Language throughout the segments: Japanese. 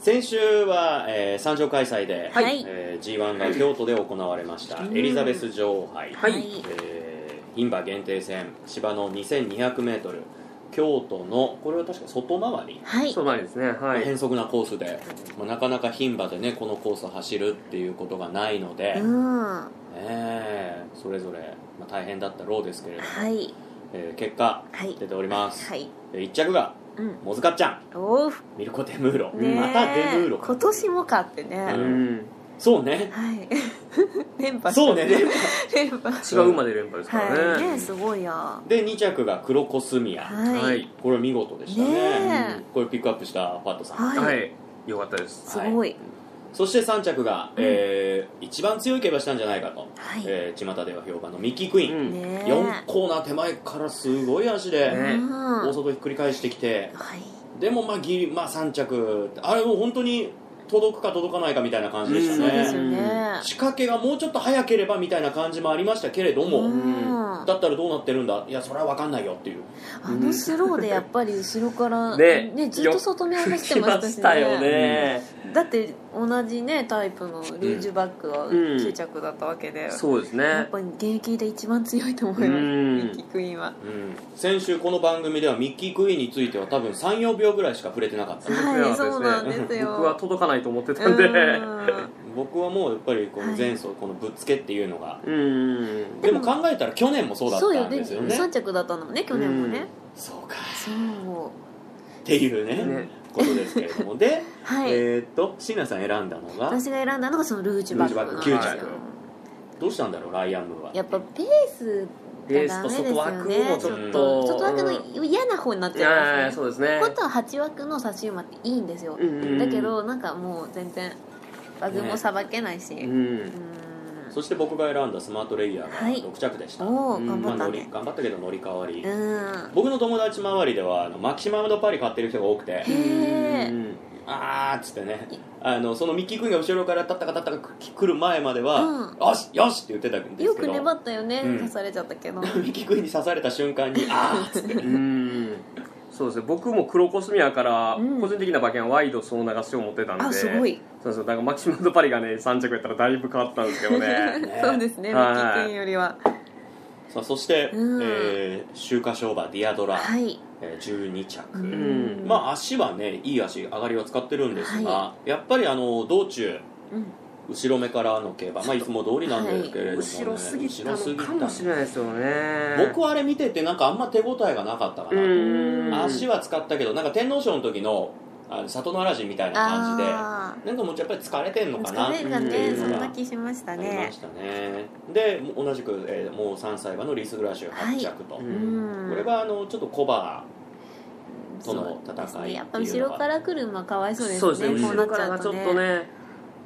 先週は、えー、三条開催で、はいえー、G1 が京都で行われました、エリザベス女王杯、はいえー、牝馬限定戦芝の 2200m 京都のこれは確か外回り、はいそうなんですねはい変則なコースで、まあ、なかなか牝馬でねこのコースを走るっていうことがないので、うねんはえそれぞれ、まあ、大変だったろうですけれども、いえー結果はい出ております、はいで1着がうんモズカッちゃんおうミルコ・デムーロ、ねえまたデムーロ今年もかってね、ううんんそうねはい 連覇そうねで連覇違う馬で連覇ですからはいねねえすごいなで2着がクロコスミア、はい、はいこれ見事でしたねねえうんこれピックアップしたファットさん、はいはいよかったですすごいそして3着が、えー一番強い競馬したんじゃないかと、はい、えー巷では評判のミッキークイーン、うんねえ4コーナー手前からすごい足で、ねうん大外ひっくり返してきてはいでもまあギリ、まあ、3着あれもう本当に届くか届かないかみたいな感じでしたそうですねよね仕掛けがもうちょっと早ければみたいな感じもありましたけれども、うんだったらどうなってるんだいやそれは分かんないよっていうあのスローでやっぱり後ろからねねずっと外目を走ってましたしねだって同じねタイプのルージュバックはうん9着だったわけで、そうですやっねぱり現役で一番強いと思います、うんミッキークイーンはうん、先週この番組ではミッキー・クイーンについては多分34秒ぐらいしか触れてなかったはいそうなんですよ僕は届かないと思ってたうんでん僕はもうやっぱりこの前走このぶっつけっていうのが、うんでも考えたら去年もそうだっそうたよんねですよね3着だったのもね去年もね、そうかそうっていうねねことですけれども で、はい、えーっと椎名さん選んだのが私が選んだのがそのルージュバックなんですよルージュバック9どうしたんだろうライアンムーはやっぱペースレがースダメですと外よ枠ねもちちょょっっとと外枠うんの嫌な方になっいちやいゃいやますねそうですね本当は8枠の差し馬っていいんですよ、うんうんだけどなんかもう全然馬具もさばけないし、ううんんそして僕が選んだスマートレイヤーがはい6着でした、おおうん頑ま張あ、った乗りね頑張ったけど乗り換わり、うん僕の友達周りではあのマキシマムドパリ買ってる人が多くてへえうんあーっつってねあのそのミッキー・クイーンが後ろからタッタカタッタカ来る前までは、うんよしよしって言ってたんですけどよく粘ったよね、うん刺されちゃったけ どミッキー・クイーンに刺された瞬間にあーっつってうんそうですね僕も黒コスミアからうん個人的な馬券はワイド総流しを持ってたんであすごい、そうそうだからマキシマムドパリがね3着やったらだいぶ変わったんですけどねね そうですねミはッいキー君よりはさあそして、うんえー、週刊賞馬ディアドラ、はいえー12着、んまあ足はねいい足上がりは使ってるんですが、はやっぱりあの道中うん後ろ目からの競馬まあいつも通りなんですけれども、ね後ろすぎたのかもしないれないですよね僕はあれ見ててなんかあんま手応えがなかったかな、うん足は使ったけどなんか天皇賞の時のあの里の嵐みたいな感じであなんかもうやっぱり疲れてんのーかな疲っていれうがね、うんそんな気しましたありまねしたねでもう同じく、えーもう3歳馬のリス・グラッシュ8着と、はういんこれはあのちょっとコバそとうの戦いっていうのはですねやっぱ後ろから来る馬かわいそうですねこうな後ろっかちらゃがうちょとっねとね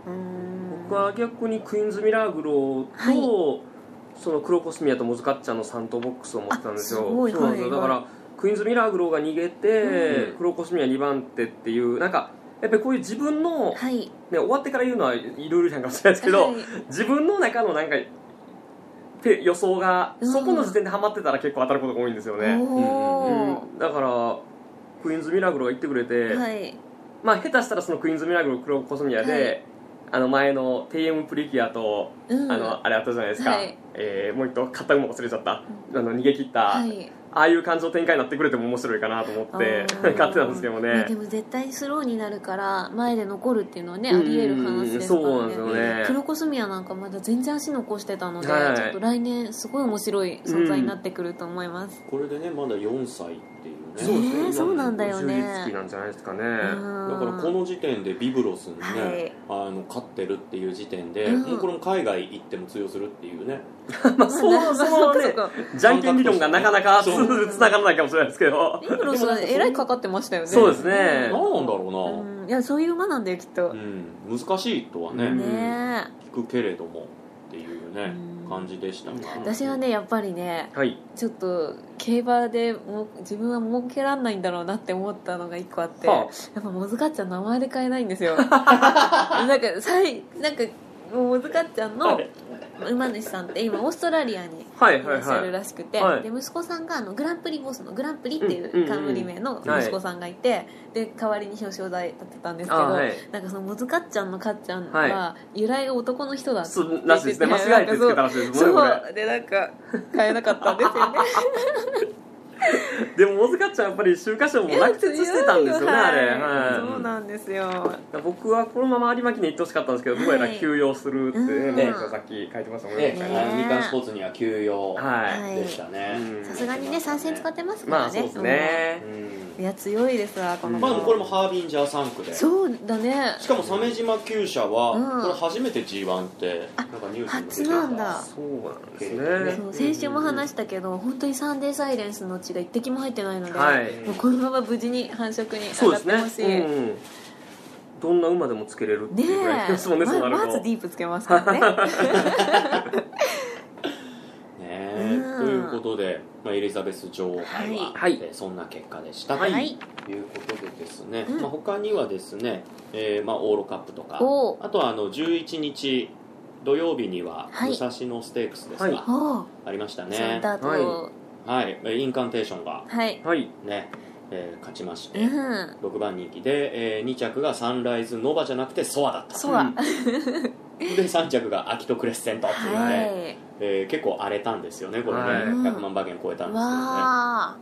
うん僕は逆にクイーンズ・ミラーグローと、はいそのクロコスミアとモズカッチャの3頭ボックスを持ってたんですよあすごいそうなんですよはだいから、クイーンズ・ミラーグローが逃げて、うんクロコスミア2番手っていうなんかやっぱりこういう自分の、ね、はい終わってから言うのはいろいろなんかもしれないですけど、はい自分の中のなんかペ予想が、うんそこの時点でハマってたら結構当たることが多いんですよね、おーうんだからクイーンズ・ミラーグローが言ってくれて、はいまあ下手したらそのクイーンズ・ミラーグルクロコスミアで、はいあの前の TM プリキュアと、うんあのあれあったじゃないですか、はいえーもう一頭買った馬忘れちゃった、あの逃げ切った、はいああいう感情展開になってくれても面白いかなと思あってー買ってたんですけどいやねでも絶対スローになるから前で残るっていうのはねあうんり得る話ですかそうならんですよねね黒コスミアなんかまだ全然足残してたのでちはいょっと来年すごい面白い存在になってくると思いますーこれでねまだ4歳っていうねそうですねえーそうなんだよね充実期なんじゃないですかね、だからこの時点でビブロスにね、はいあの勝ってるっていう時点で、うんもうこれも海外行っても通用するっていうねまあ そそうのそのねじゃんけん理論がなかなかつそうながらないかもしれないですけどリブロスえらいかかってましたよねそうですね何なんだろうんいやそういう馬なんだよきっとうな、うん難しいとはね、うんねえ聞くけれどもっていうね、うん感じでしたが私はねやっぱりねはいちょっと競馬でもう自分は儲けらんないんだろうなって思ったのが一個あって、はやっぱモズカッチャン名前で 変えないんですよなんか最なんかもうモズカッチャンの馬主さんって今オーストラリアにはいいはらいっしゃはるいらしくて、はいで息子さんがあのグランプリボスのグランプリっていうんうんううん冠名の息子さんがいて、で代わりに表彰台立てたんですけあど、はいなんかそのモズカッちゃんのカッちゃんは、は由来が男の人だってそ言っうてらしいですねて間違えてつけたらしいですそもんねうでなんか買えなかったんですよね これでも大塚ちゃんやっぱり週刊賞も落強い筆してたんですよねあれはいはいそうなんですよ僕はこのまま有馬記念行ってほしかったんですけどどうやら休養するってねうん森田さんさっき書いてましたもんで、ねねあの日刊スポーツには休養はでしたね、うんさすがにね参戦使ってますいからねまあそうですねううんいや強いですわこのん子まあでもこれもハービンジャー3区でしそうだねかも鮫島厩舎は、うんこれ初めて G1 ってなんかニュースにも出てた初なんだそうなんですねそうね先週も話したけど本当に「サンデーサイレンス」の血が一滴も入ってないので、はいもうこのまま無事に繁殖にそ上うがでっすてほしいねうんどんな馬でもつけれるってねいうぐらいですもんねえ、 そうなまるとまずディープつけますからねねえうんということで、まあ、エリザベス女王杯は、はいえーそんな結果でした、はいはいということでですね、うんまあ、他にはですね、えーまあ、オーロカップとかおうあとはあの11日土曜日にははい武蔵野ステークスですか、はいおうありましたサねンダーとはいえーインカンテーションがはい、はいね、えー勝ちまして、うん6番人気で、え2着がサンライズノバじゃなくてソアだったそうだ、うんで3着がアキトクレッセントっていうので、はい、えー結構荒れたんですよねこれね、はい100万馬券超えたんですけどねわあ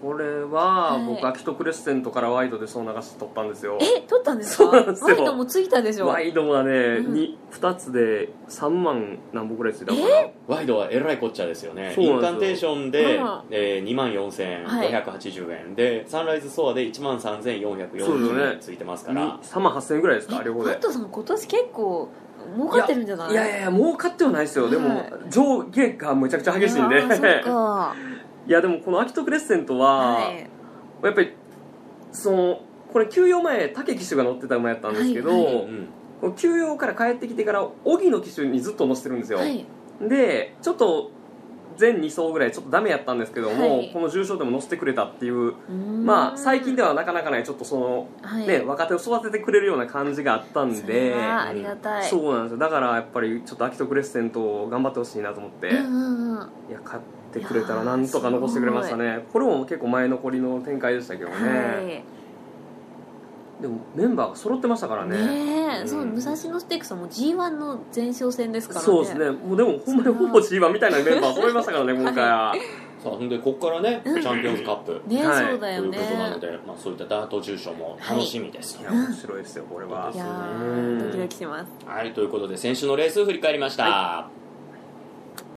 これははい僕アキトクレッセントからワイドでそう流し取ったんですよえ取ったんですかそうなんですよワイドもついたでしょワイドはね、んに2つで3万何本ぐらいついたのかなワイドはえらいこっちゃですよねそうイなんですよンカンテーションで、うんえ2万4580円、でサンライズソアで1万そうだ3440ね円ついてますかにら3万8000円ぐらいですかえ両方マでットさん今年結構儲かってるんじゃないいやいやいや儲かってはないですよ、でもは上下がむちゃくちゃ激しいんであーそっ かいやでもこのアキトクレッセントは、はいやっぱりそのこれ休養前武騎手が乗ってた馬やったんですけど、はいはうんこの休養から帰ってきてから荻野騎手にずっと乗せてるんですよ、はいでちょっと全2走ぐらいちょっとダメやったんですけども、はいこの重賞でも乗せてくれたっていううーんまあ最近ではなかなかないちょっとその、はいね、若手を育ててくれるような感じがあったんそれではありがたいそうなんですよだからやっぱりちょっとアキトクレッセントを頑張ってほしいなと思って、うんうんうんいや勝ってくれたらなんとか残してくれましたねこれも結構前残りの展開でしたけどね、はいでもメンバーが揃ってましたからねねうえんそう武蔵野ステークスはもう G1 の前哨戦ですからねそうですねもうでもほんまにほぼ G1 みたいなメンバー揃いましたからね今回はさあほんでここからねチャンピオンズカップねえはいそうだよというねことなので、まあ、そういったダート重賞も楽しみですいよや面白いですよこれはいやうーんドキドキしますはい、ということで先週のレースを振り返りました、は